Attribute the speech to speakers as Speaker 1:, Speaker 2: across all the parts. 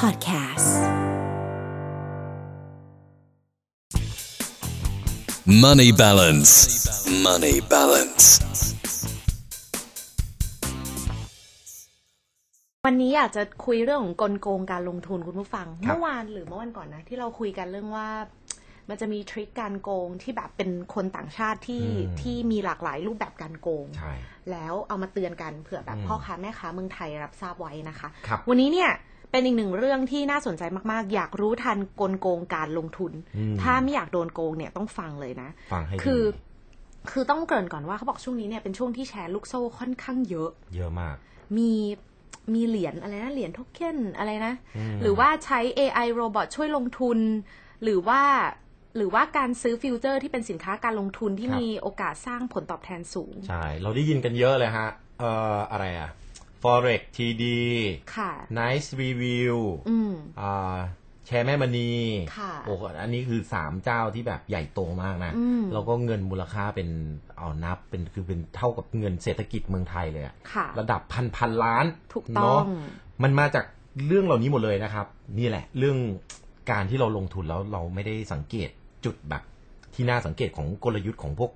Speaker 1: Podcasts.
Speaker 2: Money balance. Money balance.
Speaker 3: วันนี้อยากจะคุยเรื่องของกลโกงการลงทุนคุณผู้ฟัง
Speaker 4: ครับ
Speaker 3: เมื่อวานหรือเมื่อวันก่อนนะ ที่เราคุยกันเรื่องว่า มันจะมีทริคการโกงที่แบบเป็นคนต่างชาติที่ที่มีหลากหลายรูปแบบการโกง
Speaker 4: ใช่
Speaker 3: แล้วเอามาเตือนกันเผื่อแบบ
Speaker 4: อืม
Speaker 3: พ่อค้าแม่ค้าเมืองไทยรับทราบไว้นะคะ
Speaker 4: ครับ
Speaker 3: วันนี้เนี่ยเป็นอีกหนึ่งเรื่องที่น่าสนใจมากๆ อยากรู้ทันกลโกงการลงทุน
Speaker 4: อืม
Speaker 3: ถ้าไม่อยากโดนโกงเนี่ยต้องฟังเลยนะ
Speaker 4: ฟังให้ดี
Speaker 3: คือ คือต้องเกริ่นก่อนว่าเขาบอกช่วงนี้เนี่ยเป็นช่วงที่แชร์ลูกโซ่ค่อนข้างเยอะ
Speaker 4: เยอะมาก
Speaker 3: มีมีเหรียญอะไรนะเหรียญโทเค็นอะไรนะ
Speaker 4: อืม
Speaker 3: หรือว่าใช้ AI โรบอทช่วยลงทุน หรือว่าหรือว่าการซื้อฟิวเจอร์ที่เป็นสินค้าการลงทุนที่
Speaker 4: ครับ
Speaker 3: มีโอกาสสร้างผลตอบแทนสูง
Speaker 4: ใช่ เราได้ยินกันเยอะเลยฮะ เอ่อ อะไรอะ forex td
Speaker 3: ค่ะ
Speaker 4: nice review
Speaker 3: อืม
Speaker 4: อ่าแชร์แม่มณี
Speaker 3: ค่ะ
Speaker 4: โอ้โหอันนี้คือสามเจ้าที่แบบใหญ่โตมากนะ
Speaker 3: อืม
Speaker 4: แล้วก็เงินมูลค่าเป็นเอานับเป็นคือเป็นเท่ากับเงินเศรษฐกิจเมืองไทยเลยอะ
Speaker 3: ค่ะ
Speaker 4: ระดับพันพันล้าน
Speaker 3: ถูกต้อง
Speaker 4: เนะมันมาจากเรื่องเหล่านี้หมดเลยนะครับ นี่แหละ เรื่องการที่เราลงทุนแล้วเราไม่ได้สังเกตจุดแบบ ที่น่าสังเกตของกลยุทธ์ของพวก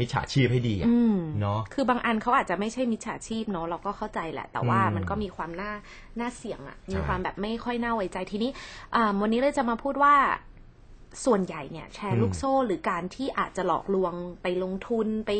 Speaker 4: มิจฉาชีพให้ดีอะ
Speaker 3: อืม
Speaker 4: เนาะ
Speaker 3: คือบางอันเขาอาจจะไม่ใช่มิจฉาชีพเนาะเราก็เข้าใจแหละ แต่ว่า
Speaker 4: อืม
Speaker 3: มันก็มีความน่าน่าเสี่ยงอะมี
Speaker 4: ใช่
Speaker 3: ความแบบไม่ค่อยน่าไว้ใจทีนี้อ่าวันนี้เลยจะมาพูดว่าส่วนใหญ่เนี่ย แชร์
Speaker 4: อืม
Speaker 3: ลูกโซ่หรือการที่อาจจะหลอกลวงไปลงทุนไป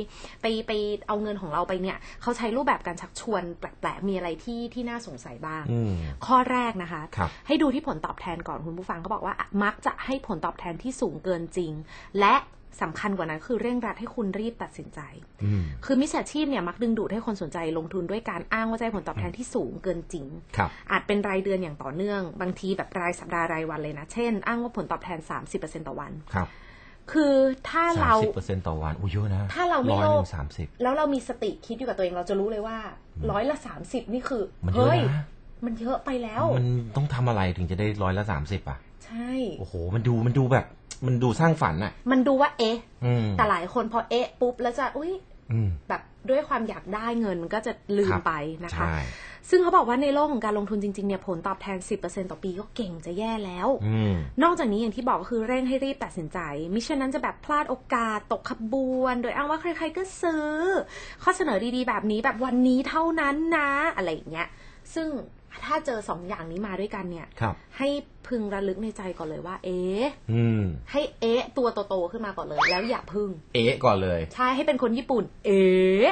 Speaker 3: ไปไปเอาเงินของเราไปเนี่ยเขาใช้รูปแบบการชักชวนแปลกๆมีอะไรที่ที่น่าสงสัยบ้าง
Speaker 4: อืม
Speaker 3: ข้อแรกนะคะ
Speaker 4: ครับ
Speaker 3: ให้ดูที่ผลตอบแทนก่อนคุณผู้ฟังเขาบอกว่าอ่ะมักจะให้ผลตอบแทนที่สูงเกินจริง และสำคัญกว่านั้นคือเร่งรัดให้คุณรีบตัดสินใจ
Speaker 4: อืม
Speaker 3: คือมิจฉาชีพเนี่ยมักดึงดูดให้คนสนใจลงทุนด้วยการอ้างว่าจะได้ผลตอบแทนที่สูงเกินจริง
Speaker 4: ครับ
Speaker 3: อาจเป็นรายเดือนอย่างต่อเนื่อง บางทีแบบรายสัปดาห์รายวันเลยนะ เช่น อ้างว่าผลตอบแทน 30%ต่อวัน
Speaker 4: ครับ
Speaker 3: คือถ้า
Speaker 4: สา
Speaker 3: เรา
Speaker 4: มสิบเปอร์เซ็นต์ต่อวันอุ้ยเยอะนะ
Speaker 3: ถ้าเราไม่
Speaker 4: ร้อย
Speaker 3: โลภ
Speaker 4: หนึ่งสามสิบ
Speaker 3: แล้วเรามีสติคิดอยู่กับตัวเองเราจะรู้เลยว่าร้อยละ 30 นี่คือ
Speaker 4: มันเยอะนะ
Speaker 3: เฮ้ยมันเยอะไปแล้ว
Speaker 4: มันต้องทำอะไรถึงจะได้ร้อยละสามสิบอ่ะ
Speaker 3: ใช่
Speaker 4: โอ้โห มันดูมันดูแบบ มันดูสร้างฝันอ่ะ
Speaker 3: มันดูว่าเอ๊ะ
Speaker 4: อืม
Speaker 3: แต่หลายคนพอเอ๊ะปุ๊บแล้วจะอุ้ย
Speaker 4: อืม
Speaker 3: แบบด้วยความอยากได้เงินมันก็จะลืม
Speaker 4: ครับ
Speaker 3: ไปนะคะ
Speaker 4: ใช่
Speaker 3: ซึ่งเขาบอกว่าในโลกของการลงทุนจริงๆเนี่ยผลตอบแทน 10%ต่อปีก็เก่งจะแย่แล้ว
Speaker 4: อืม
Speaker 3: นอกจากนี้อย่างที่บอกก็คือเร่งให้รีบตัดสินใจ มิฉะนั้นจะแบบพลาดโอกาสตกขบวน โดยอ้างว่าใครๆก็ซื้อ ข้อเสนอดีๆ แบบนี้แบบวันนี้เท่านั้นนะ อะไรอย่างเงี้ย ซึ่งถ้าเจอสองอย่างนี้มาด้วยกันเนี่ย
Speaker 4: ครับ
Speaker 3: ให้พึงระลึกในใจก่อนเลยว่า เอ๊ะ
Speaker 4: อืม
Speaker 3: ให้เอ๊ะตัวโตๆขึ้นมาก่อนเลย แล้วอย่าพึ่ง
Speaker 4: เอะก่อนเลย
Speaker 3: ใช่ให้เป็นคนญี่ปุ่น เอ๊ะ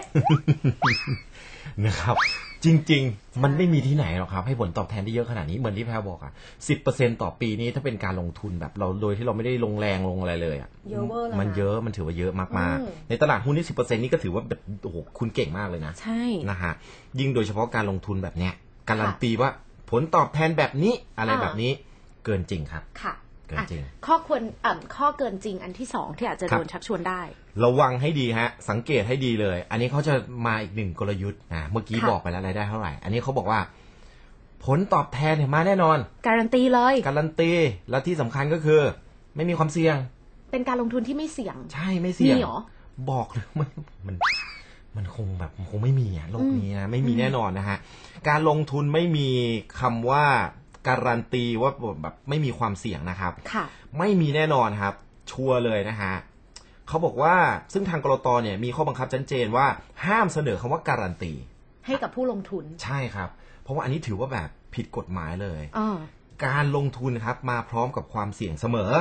Speaker 4: นะครับ จริง ๆ มันไม่มีที่ไหนหรอกครับ ให้ผลตอบแทนที่เยอะขนาดนี้ เหมือนที่แพรบอกอ่ะสิบเปอร์เซ็นต่อปีนี้ถ้าเป็นการลงทุนแบบเราโดยที่เราไม่ได้ลงแรงลงอะไรเลยอ่ะ
Speaker 3: เยอะเวอร์แล้วนะ
Speaker 4: มันเยอะ มันถือว่าเยอะมาก
Speaker 3: อืม
Speaker 4: ๆ ในตลาดหุ้นนี่สิบเปอร์เซ็นนี่ก็ถือว่าแบบโอ้โห คุณเก่งมากเลยนะ
Speaker 3: ใช่
Speaker 4: นะฮะยิ่งโดยเฉพาะการลงทุนแบบเนี้ยการันตีว่าผลตอบแทนแบบนี้อะไร
Speaker 3: อ่า
Speaker 4: แบบนี้เกินจริงครับ
Speaker 3: ค่ะ
Speaker 4: เกินจริง
Speaker 3: อ่ะข้อควรเอ่อข้อเกินจริงอันที่สองที่อาจจะ
Speaker 4: ครั
Speaker 3: โด
Speaker 4: บ
Speaker 3: นชักชวนได้
Speaker 4: ระวังให้ดีฮะ สังเกตให้ดีเลย อันนี้เขาจะมาอีกหนึ่งกลยุทธ์นะเมื่อกี้
Speaker 3: ค่ะ
Speaker 4: บอกไปแล้วรายได้เท่าไหร่ อันนี้เขาบอกว่า ผลตอบแทนเนี่ยมาแน่นอน
Speaker 3: การันตีเลย
Speaker 4: การันตีและที่สำคัญก็คือ ไม่มีความเสี่ยง
Speaker 3: เป็นการลงทุนที่ไม่เสี่ยง
Speaker 4: ใช่ไม่เสี่ยง
Speaker 3: มีเหรอ
Speaker 4: บอกเลยว่ามันมันมันคงแบบคงไม่มีอะโลกนี้นะไม่มีแน่นอนนะฮะการลงทุนไม่มีคำว่าการันตีว่าแบบไม่มีความเสี่ยงนะครับ
Speaker 3: ค่ะ
Speaker 4: ไม่มีแน่นอนครับ ชัวร์เลยนะฮะเขาบอกว่าซึ่งทางกรตเนี่ยมีข้อบังคับชัดเจนว่าห้ามเสนอคำว่าการันตี
Speaker 3: ให้กับผู้ลงทุน
Speaker 4: ใช่ครับ เพราะว่าอันนี้ถือว่าแบบผิดกฎหมายเลย
Speaker 3: อ่า
Speaker 4: การลงทุนครับมาพร้อมกับความเสี่ยงเสมอ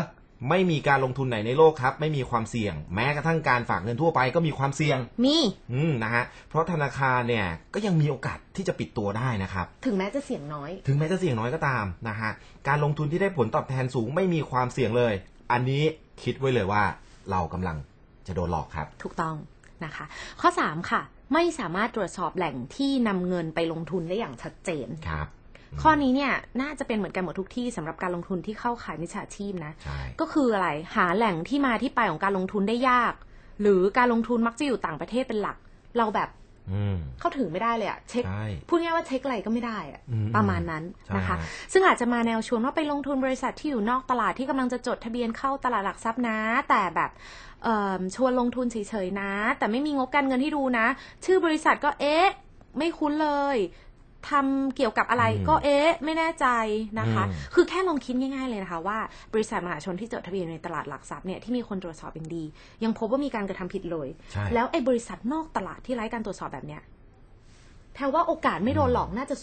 Speaker 4: ไม่มีการลงทุนไหนในโลกครับ ไม่มีความเสี่ยง แม้กระทั่งการฝากเงินทั่วไปก็มีความเสี่ยง
Speaker 3: มี
Speaker 4: อืมนะฮะเพราะธนาคารเนี่ยก็ยังมีโอกาสที่จะปิดตัวได้นะครับ
Speaker 3: ถึงแม้จะเสี่ยงน้อย
Speaker 4: ถึงแม้จะเสี่ยงน้อยก็ตามนะฮะการลงทุนที่ได้ผลตอบแทนสูงไม่มีความเสี่ยงเลย อันนี้คิดไว้เลยว่าเรากำลังจะโดนหลอกครับ
Speaker 3: ถูกต้องนะคะ ข้อ 3 ค่ะ ไม่สามารถตรวจสอบแหล่งที่นำเงินไปลงทุนได้อย่างชัดเจน
Speaker 4: ครับ
Speaker 3: ข้อนี้เนี่ยน่าจะเป็นเหมือนกันหมดทุกที่สำหรับการลงทุนที่เข้าขายมิจฉาชีพนะ
Speaker 4: ใช่
Speaker 3: ก็คืออะไรหาแหล่งที่มาที่ไปของการลงทุนได้ยาก หรือการลงทุนมักจะอยู่ต่างประเทศเป็นหลัก เราแบบ
Speaker 4: อืม
Speaker 3: เข้าถึงไม่ได้เลยอะเช็ค
Speaker 4: ใช่
Speaker 3: พูดง่ายว่าเช็คอะไรก็ไม่ได้อะ
Speaker 4: อืม
Speaker 3: ประมาณนั้น
Speaker 4: ใช่
Speaker 3: นะคะ
Speaker 4: ฮะ
Speaker 3: ซึ่งอาจจะมาแนวชวนว่าไปลงทุนบริษัทที่อยู่นอกตลาดที่กำลังจะจดทะเบียนเข้าตลาดหลักทรัพย์นะ แต่แบบเอิ่มชวนลงทุนเฉยๆนะ แต่ไม่มีงบการเงินให้ดูนะ ชื่อบริษัทก็เอ๊ะ ไม่คุ้นเลย ทำเกี่ยวกับอะไร
Speaker 4: อืม
Speaker 3: ก็เอ๊ะไม่แน่ใจนะคะ
Speaker 4: อืม
Speaker 3: คือแค่ลองคิดง่ายๆเลยนะคะว่าบริษัทมหาชนที่จดทะเบียนในตลาดหลักทรัพย์เนี่ยที่มีคนตรวจสอบเป็นดี ยังพบว่ามีการกระทำผิดเลย
Speaker 4: ใช่
Speaker 3: แล้วไอ้บริษัทนอกตลาดที่ไร้การตรวจสอบแบบเนี้ยแทวว่าโอกาสไม่โดนหลอกน่าจะ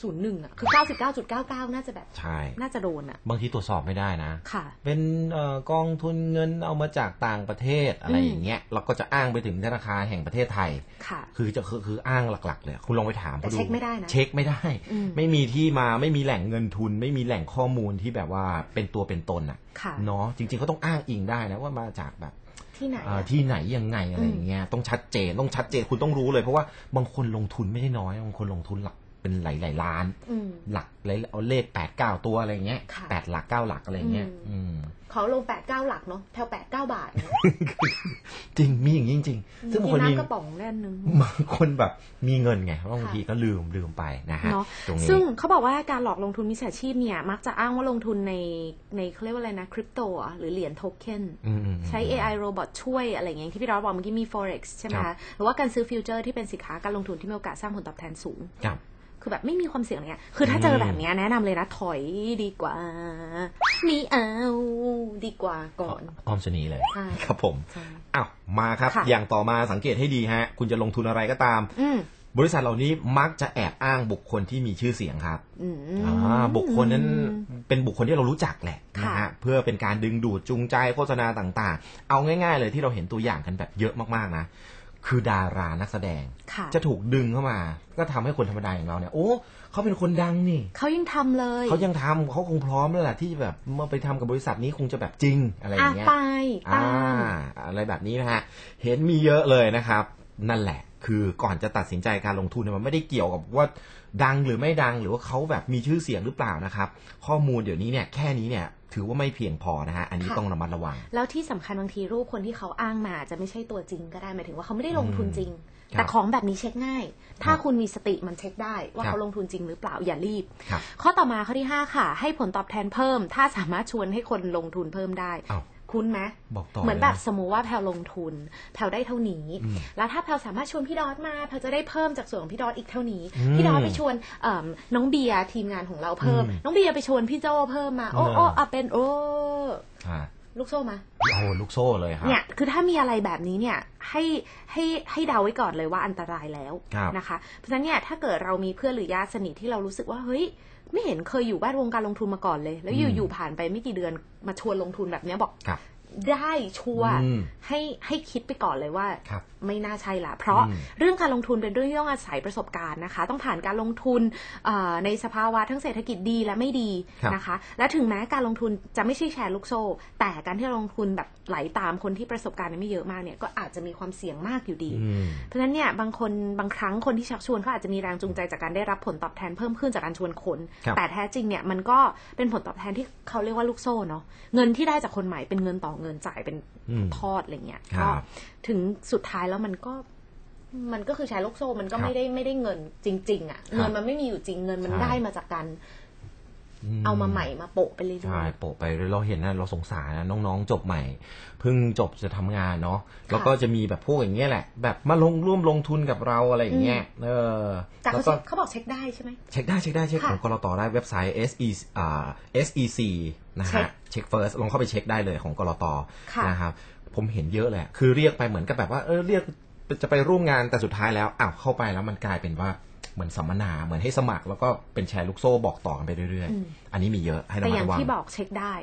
Speaker 3: 0.01อะคือ 99.99 น่าจะแบบ
Speaker 4: ใช่
Speaker 3: น่าจะโดนอะ
Speaker 4: บางทีตรวจสอบไม่ได้นะ
Speaker 3: ค่ะ
Speaker 4: เป็นเออกองทุนเงินเอามาจากต่างประเทศอะไร
Speaker 3: อืม
Speaker 4: อย่างเงี้ยเราก็จะอ้างไปถึงธนาคารแห่งประเทศไทย
Speaker 3: ค่ะ
Speaker 4: คือจะคือคืออ้างหลักๆเลยคุณลองไปถาม
Speaker 3: แต่
Speaker 4: ขา
Speaker 3: เช็คไม่ได้นะ
Speaker 4: เช็คไม่ได้
Speaker 3: อืม
Speaker 4: ไม่มีที่มาไม่มีแหล่งเงินทุน ไม่มีแหล่งข้อมูลที่แบบว่าเป็นตัวเป็นตนอ่ะ
Speaker 3: ค่ะ
Speaker 4: เนาะจริงๆเขาต้องอ้างอิงได้นะว่ามาจากแบบ
Speaker 3: ที่ไหนอะ
Speaker 4: เอ่อที่ไหนยังไงอะไรอย่างเงี้ยต้องชัดเจนต้องชัดเจนคุณต้องรู้เลย เพราะว่าบางคนลงทุนไม่ได้น้อยบางคนลงทุนหลักเป็นหลายๆล้าน
Speaker 3: อืม
Speaker 4: หลักหลายเอาเลขแปดเก้าตัวอะไรอย่างเงี้ย
Speaker 3: ค่ะ
Speaker 4: แปดหลักเก้าหลักอะไรอย่างเงี้ย
Speaker 3: อืม
Speaker 4: อืม
Speaker 3: เขาลงแปดเก้าหลักเนาะแถวแปดเก้าบาทเนี่ย
Speaker 4: จริงมีอย่างนี้จริงๆ ซึ่งบางคน
Speaker 3: มี
Speaker 4: มี
Speaker 3: น้ำกระป๋องแน่นนึง
Speaker 4: บางคนแบบมีเงินไงเพราะบางทีก็ลืมลืมไปนะฮะ
Speaker 3: เนาะ
Speaker 4: ตรงนี้
Speaker 3: ซึ่งเขาบอกว่าการหลอกลงทุนมิจฉาชีพเนี่ย มักจะอ้างว่าลงทุนในในเขาเรียกว่าอะไรนะคริปโตอะหรือเหรียญโทเค็น
Speaker 4: อืมอืมอืม
Speaker 3: ใช้ AI โรบอทช่วยอะไรอย่างเงี้ยที่พี่ดอสบอกเมื่อกี้มี forex ใช่ไหม
Speaker 4: ครั
Speaker 3: คะ
Speaker 4: บ
Speaker 3: หรือว่าการซื้อฟิวเจอร์ที่เป็นสินค้าการลงทุนที่มีโอกาสสร้างผลตอบแทนสูง
Speaker 4: ครับ
Speaker 3: คือแบบไม่มีความเสี่ยงอะไรเนี่ยคือถ้าเจอแบบเนี้ยแนะนำเลยนะถอยดีกว่ามีเอาดีกว่าก่อน
Speaker 4: ออมชะนีเลย
Speaker 3: ใช่
Speaker 4: ครับผม
Speaker 3: ใช่
Speaker 4: อ้าวมาครับ
Speaker 3: ค่ะ
Speaker 4: อย่างต่อมาสังเกตให้ดีฮะ คุณจะลงทุนอะไรก็ตาม
Speaker 3: อืม
Speaker 4: บริษัทเหล่านี้มักจะแอบอ้างบุคคลที่มีชื่อเสียงครับ
Speaker 3: อืม
Speaker 4: อ่าบุคคลนั้นเป็นบุคคลที่เรารู้จักแหละ
Speaker 3: ค่ะ
Speaker 4: นะฮะเพื่อเป็นการดึงดูดจูงใจโฆษณาต่างๆ เอาง่าย ๆ เลยที่เราเห็นตัวอย่างกันแบบเยอะมากๆนะคือดารานักแสดง
Speaker 3: ค่ะ
Speaker 4: จะถูกดึงเข้ามา ก็ทำให้คนธรรมดาอย่างเราเนี่ย โอ้เขาเป็นคนดังนี่
Speaker 3: เขายังทำเลย
Speaker 4: เขายังทำเขาคงพร้อมแล้วล่ะที่แบบเมื่อไปทำกับบริษัทนี้คงจะแบบจริงอะไรอ
Speaker 3: อ่ะ
Speaker 4: ย่างเงี้ย
Speaker 3: ไปตา
Speaker 4: อ่าม อะไรแบบนี้นะฮะ เห็นมีเยอะเลยนะครับ นั่นแหละ คือก่อนจะตัดสินใจการลงทุนเนี่ยมันไม่ได้เกี่ยวกับว่าดังหรือไม่ดังหรือว่าเขาแบบมีชื่อเสียงหรือเปล่านะครับ ข้อมูลเดี๋ยวนี้เนี่ยแค่นี้เนี่ยถือว่าไม่เพียงพอนะฮะอันนี้
Speaker 3: ค่ะ
Speaker 4: ต้องระมัดระวัง
Speaker 3: แล้วที่สำคัญบางทีรูปคนที่เขาอ้างมาอาจจะไม่ใช่ตัวจริงก็ได้หมายถึงว่าเขาไม่ได้ลงทุนจริง
Speaker 4: ครับ
Speaker 3: แต่ของแบบนี้เช็คง่าย ถ้า
Speaker 4: ครับ
Speaker 3: คุณมีสติมันเช็คได้ ว่า
Speaker 4: ครับ
Speaker 3: เขาลงทุนจริงหรือเปล่าอย่ารีบ
Speaker 4: ครับ
Speaker 3: ข้อต่อมาข้อที่ 5 ค่ะ ให้ผลตอบแทนเพิ่ม ถ้าสามารถชวนให้คนลงทุนเพิ่มได้
Speaker 4: อ้าว
Speaker 3: คุ้นไหม
Speaker 4: บอกต่อ
Speaker 3: เหมือน
Speaker 4: ลยะ
Speaker 3: แบบสมมุติว่าแพลลงทุน แพลได้เท่านี้
Speaker 4: อืม
Speaker 3: แล้วถ้าแพลสามารถชวนพี่ดอทมาแพลจะได้เพิ่มจากส่วนของพี่ดอทอีกเท่านี้
Speaker 4: อืม
Speaker 3: พี่ดอทไปชวนเอิ่มน้องเบียร์ทีมงานของเราเพิ่ม
Speaker 4: อืม
Speaker 3: น้องเบียร์ไปชวนพี่โจเพิ่มมา โอ้
Speaker 4: เออ
Speaker 3: โอ้อ่ะเป็นโอ้
Speaker 4: อ่า
Speaker 3: ลูกโซ่มา
Speaker 4: เอาลูกโซ่เลยครับ
Speaker 3: เนี่ย คือถ้ามีอะไรแบบนี้เนี่ย ให้ให้ให้เดาไว้ก่อนเลยว่าอันตรายแล้ว
Speaker 4: ครับ
Speaker 3: นะคะ เพราะฉะนั้นเนี่ย ถ้าเกิดเรามีเพื่อนหรือญาติสนิทที่เรารู้สึกว่า เฮ้ย ไม่เห็นเคยอยู่แวดวงการลงทุนมาก่อนเลย แล้วอยู่อยู่ผ่านไปไม่กี่เดือนมาชวนลงทุนแบบเนี้ยบอก
Speaker 4: ครับ
Speaker 3: ได้ชัวร์
Speaker 4: อืม
Speaker 3: ให้ให้คิดไปก่อนเลยว่า
Speaker 4: ครับ
Speaker 3: ไม่น่าใช่ละเพราะ
Speaker 4: อืม
Speaker 3: เรื่องการลงทุนเป็นเรื่องที่ต้องอาศัยประสบการณ์นะคะ ต้องผ่านการลงทุนเอ่อในสภาวะทั้งเศรษฐกิจดีและไม่ดี
Speaker 4: ครับ
Speaker 3: นะคะ และถึงแม้การลงทุนจะไม่ใช่แชร์ลูกโซ่ แต่การที่เราลงทุนแบบไหลตามคนที่ประสบการณ์ไม่เยอะมากเนี่ยก็อาจจะมีความเสี่ยงมากอยู่ดี
Speaker 4: อืม
Speaker 3: เพราะฉะนั้นเนี่ยบางคนบางครั้งคนที่ชักชวนเขาอาจจะมีแรงจูงใจจากการได้รับผลตอบแทนเพิ่มขึ้นจากการชวนคน
Speaker 4: ครับ
Speaker 3: แต่แท้จริงเนี่ยมันก็เป็นผลตอบแทนที่เขาเรียกว่าลูกโซ่เนาะเงินที่ได้จากคนใหม่เป็นเงินต่อเงินจ่ายเป็น
Speaker 4: อืม
Speaker 3: ทอดอะไรเงี้ย
Speaker 4: ครั
Speaker 3: ก็
Speaker 4: บ
Speaker 3: ถึงสุดท้ายแล้วมันก็มันก็คือใช้ลูกโซ่มันก็
Speaker 4: ครับ
Speaker 3: ไม่ได้ไม่ได้เงินจริง ๆอะ่ะเงินมันไม่มีอยู่จริงเงินมัน
Speaker 4: ใช่
Speaker 3: ได้มาจากการเอามาใหม่มาโปะไปเรื่
Speaker 4: ใช่
Speaker 3: อย
Speaker 4: โปะไปเรื่อยเราเห็นนะเราสงสารนะน้องๆจบใหม่เพิ่งจบจะทำงานเนาะแล้วก็จะมีแบบพวกอย่างเงี้ยแหละ แบบมาลงร่วมลงทุนกับเราอะไรอย่างเงี้ยเออ
Speaker 3: ๆ แต่
Speaker 4: แล้
Speaker 3: เขา
Speaker 4: วก็
Speaker 3: เช็คเขาบอกเช็คได้ใช่ไหม
Speaker 4: เช็คได้เช็คได้เช็ค
Speaker 3: ค่ะ
Speaker 4: ของกรตได้เว็บไซต์ SE อ่า SEC นะ
Speaker 3: เช็ค
Speaker 4: ฮะเช็ค first ลองเข้าไปเช็คได้เลยของกรต
Speaker 3: ค่ะ
Speaker 4: นะครับผมเห็นเยอะแหละคือเรียกไปเหมือนกับแบบว่าเออเรียกจะไปร่วมงานแต่สุดท้ายแล้วอ้าวเข้าไปแล้วมันกลายเป็นว่าเหมือนสัมมนาเหมือนให้สมัครแล้วก็เป็นแชร์ลูกโซ่บอกต่อกันไปเรื่อยๆ อันนี้มีเยอะให้ระ
Speaker 3: แต่
Speaker 4: มัด
Speaker 3: อย่าง
Speaker 4: ระวัง
Speaker 3: ที่บอกเช็คได้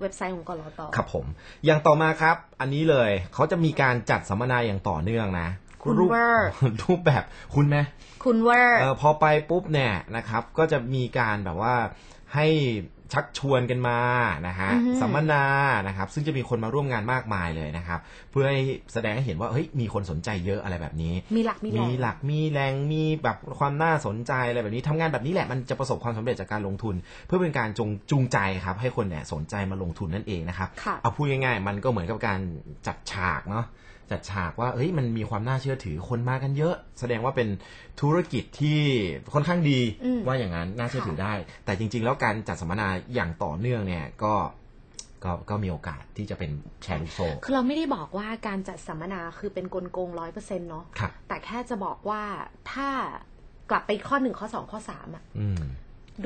Speaker 3: เว็บไซต์ของกรอต
Speaker 4: ครับผม อย่างต่อมาครับ อันนี้เลยเขาจะมีการจัดสัมมนาอย่างต่อเนื่องนะ
Speaker 3: คุณ
Speaker 4: รูป
Speaker 3: เวอร์
Speaker 4: รูปแบบคุณไหม
Speaker 3: คุณเวอร์
Speaker 4: เออพอไปปุ๊บเนี่ยนะครับ ก็จะมีการแบบว่าให้ชักชวนกันมานะฮะ
Speaker 3: อือหือ
Speaker 4: สัมมนานะครับ ซึ่งจะมีคนมาร่วมงานมากมายเลยนะครับ เพื่อให้แสดงให้เห็นว่าเฮ้ยมีคนสนใจเยอะอะไรแบบนี้
Speaker 3: มีหลักมีแหล่ง
Speaker 4: หลักมีแรงมีแบบความน่าสนใจอะไรแบบนี้ทำงานแบบนี้แหละมันจะประสบความสำเร็จจากการลงทุน เพื่อเป็นการจงจูงใจครับ ให้คนเนี่ยสนใจมาลงทุนนั่นเองนะครับ
Speaker 3: ค่ะ
Speaker 4: เอาพูดง่ายๆ มันก็เหมือนกับการจัดฉากเนาะจัดฉากว่าเฮ้ยมันมีความน่าเชื่อถือคนมากันเยอะ แสดงว่าเป็นธุรกิจที่ค่อนข้างดี
Speaker 3: อืม
Speaker 4: ว่าอย่างนั้นน่าเชื่อถือได้ แต่จริง ๆ แล้วการจัดสัมมนาอย่างต่อเนื่องเนี่ยก็ก็ก็มีโอกาสที่จะเป็นแชร์ลูกโซ่
Speaker 3: คือเราไม่ได้บอกว่าการจัดสัมมนาคือเป็นกลโกงร้อยเปอร์เซ็นต์เนาะ
Speaker 4: ครับ
Speaker 3: แต่แค่จะบอกว่าถ้า กลับไปข้อหนึ่งข้อสองข้อสามอะ
Speaker 4: อืม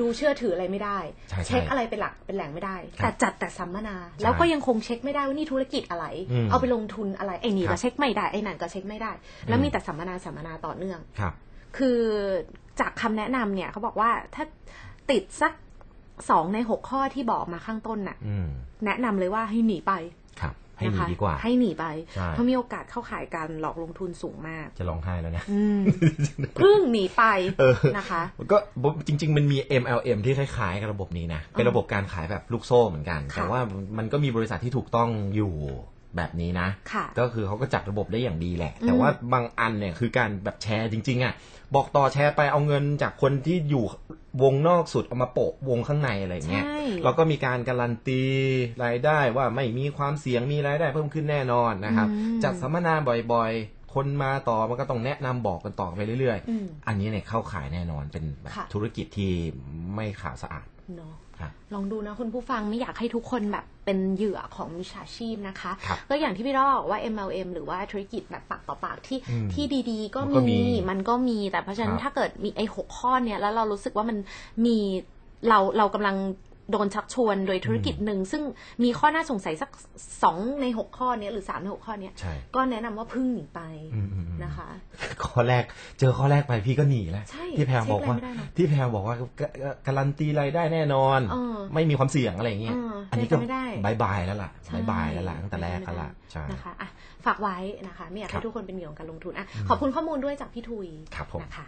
Speaker 3: ดูเชื่อถืออะไรไม่ได้
Speaker 4: ใช่ใช่
Speaker 3: เช็คอะไรเป็นหลักเป็นแหล่งไม่ได้
Speaker 4: ครับ
Speaker 3: แต่จัดแต่สัมมนา แล้วก็ยังคงเช็คไม่ได้ว่านี่ธุรกิจอะไร
Speaker 4: อืม
Speaker 3: เอาไปลงทุนอะไรไอ้นี่
Speaker 4: ครั
Speaker 3: ก็
Speaker 4: บ
Speaker 3: เช็คไม่ได้ไอ้นั่นก็เช็คไม่ได้ แล้ว
Speaker 4: อืม
Speaker 3: มีแต่สัมมนาสัมมนาต่อเนื่อง
Speaker 4: ครับ
Speaker 3: คือจากคำแนะนำเนี่ยเขาบอกว่าถ้าติดสักสองในหกข้อที่บอกมาข้างต้นน่ะ
Speaker 4: อืม
Speaker 3: แนะนำเลยว่าให้หนีไป
Speaker 4: ครับ ให้ห
Speaker 3: นะคะ
Speaker 4: นีดีกว่า
Speaker 3: ให้หนีไป
Speaker 4: ใช่
Speaker 3: เพราะมีโอกาสเข้าขายการหลอกลงทุนสูง มาก
Speaker 4: จะร้องไห้แล้วเนี่ย
Speaker 3: อืม เพึ่งหนีไป
Speaker 4: เออ
Speaker 3: นะคะ
Speaker 4: มันก็บจริง ๆ มันมี MLM ที่คล้ายๆกับระบบนี้นะ เป็นระบบการขายแบบลูกโซ่เหมือนกัน
Speaker 3: ค่ะ
Speaker 4: แต่ว่ามันก็มีบริษัทที่ถูกต้องอยู่แบบนี้นะ
Speaker 3: ค่ะ
Speaker 4: ก็คือเขาก็จัดระบบได้อย่างดีแหละ
Speaker 3: อืม
Speaker 4: แต่ว่าบางอันเนี่ยคือการแบบแชร์จริง ๆอะ่ะ บอกต่อแชร์ไปเอาเงินจากคนที่อยู่วงนอกสุดเอามาโปะวงข้างในอะไรอย่างเงี้ย
Speaker 3: ใช่
Speaker 4: เราก็มีการการันตีรายได้ว่าไม่มีความเสี่ยงมีรายได้เพิ่มขึ้นแน่นอนนะครับ จัดสัมมนาบ่อยๆ คนมาต่อมันก็ต้องแนะนำบอกกันต่อไปเรื่อย
Speaker 3: อืม
Speaker 4: ๆ อันนี้เนี่ยเข้าขายแน่นอนเป็นแบบ
Speaker 3: ค่ะ
Speaker 4: ธุรกิจที่ไม่ขาวสะอาด
Speaker 3: เนาะ
Speaker 4: ครับ
Speaker 3: ลองดูนะคุณผู้ฟังไม่อยากให้ทุกคนแบบเป็นเหยื่อของมิจฉาชีพนะคะ
Speaker 4: ครับ
Speaker 3: ก็อย่างที่พี่รอบอกว่า MLM หรือว่าธุรกิจแบบปากต่อปากที่
Speaker 4: อืม
Speaker 3: ที่ดีๆ ก็
Speaker 4: มันก็มี
Speaker 3: มีมันก็มีแต่เพราะฉะนั้
Speaker 4: คน รับ
Speaker 3: ถ้าเกิดมีไอ้หกข้อเนี่ยแล้วเรารู้สึกว่ามันมีเราเรากำลังโดนชักชวนโดยธุรกิจ
Speaker 4: อืม
Speaker 3: หนึ่ง ซึ่งมีข้อน่าสงสัยสักสองในหกข้อเนี้ยหรือสามในหกข้อเนี้ย
Speaker 4: ใช่
Speaker 3: ก็แนะนำว่าพึ่งหนีไป
Speaker 4: อืมๆๆ
Speaker 3: นะคะ
Speaker 4: ข้อแรกเจอข้อแรกไปพี่ก็หนีแล้ว
Speaker 3: ใช่
Speaker 4: ที่แพรวบอกว่า
Speaker 3: เช็คอะไรไม่ได้หรอก
Speaker 4: ที่แพรวบอกว่าก็ก็การันตีรายได้แน่นอน
Speaker 3: เออ
Speaker 4: ไม่มีความเสี่ยงอะไรอย่างเงี้ย
Speaker 3: เอออั
Speaker 4: อันนี้ก็
Speaker 3: เช็คไม่ได้
Speaker 4: บายบายแล้วล่ะ
Speaker 3: ใช่
Speaker 4: บายบายแล้วล่ะตั้งแต่แรกแล้วล่ะใช่
Speaker 3: นะคะอ่ะฝากไว้นะคะ ไม่อยาก
Speaker 4: ครั
Speaker 3: ให้
Speaker 4: บ
Speaker 3: ทุกคนเป็นเหยื่อของการลงทุนอ่ะขอบคุณข้อมูลด้วยจากพี่ทุย
Speaker 4: ครับผม
Speaker 3: นะคะ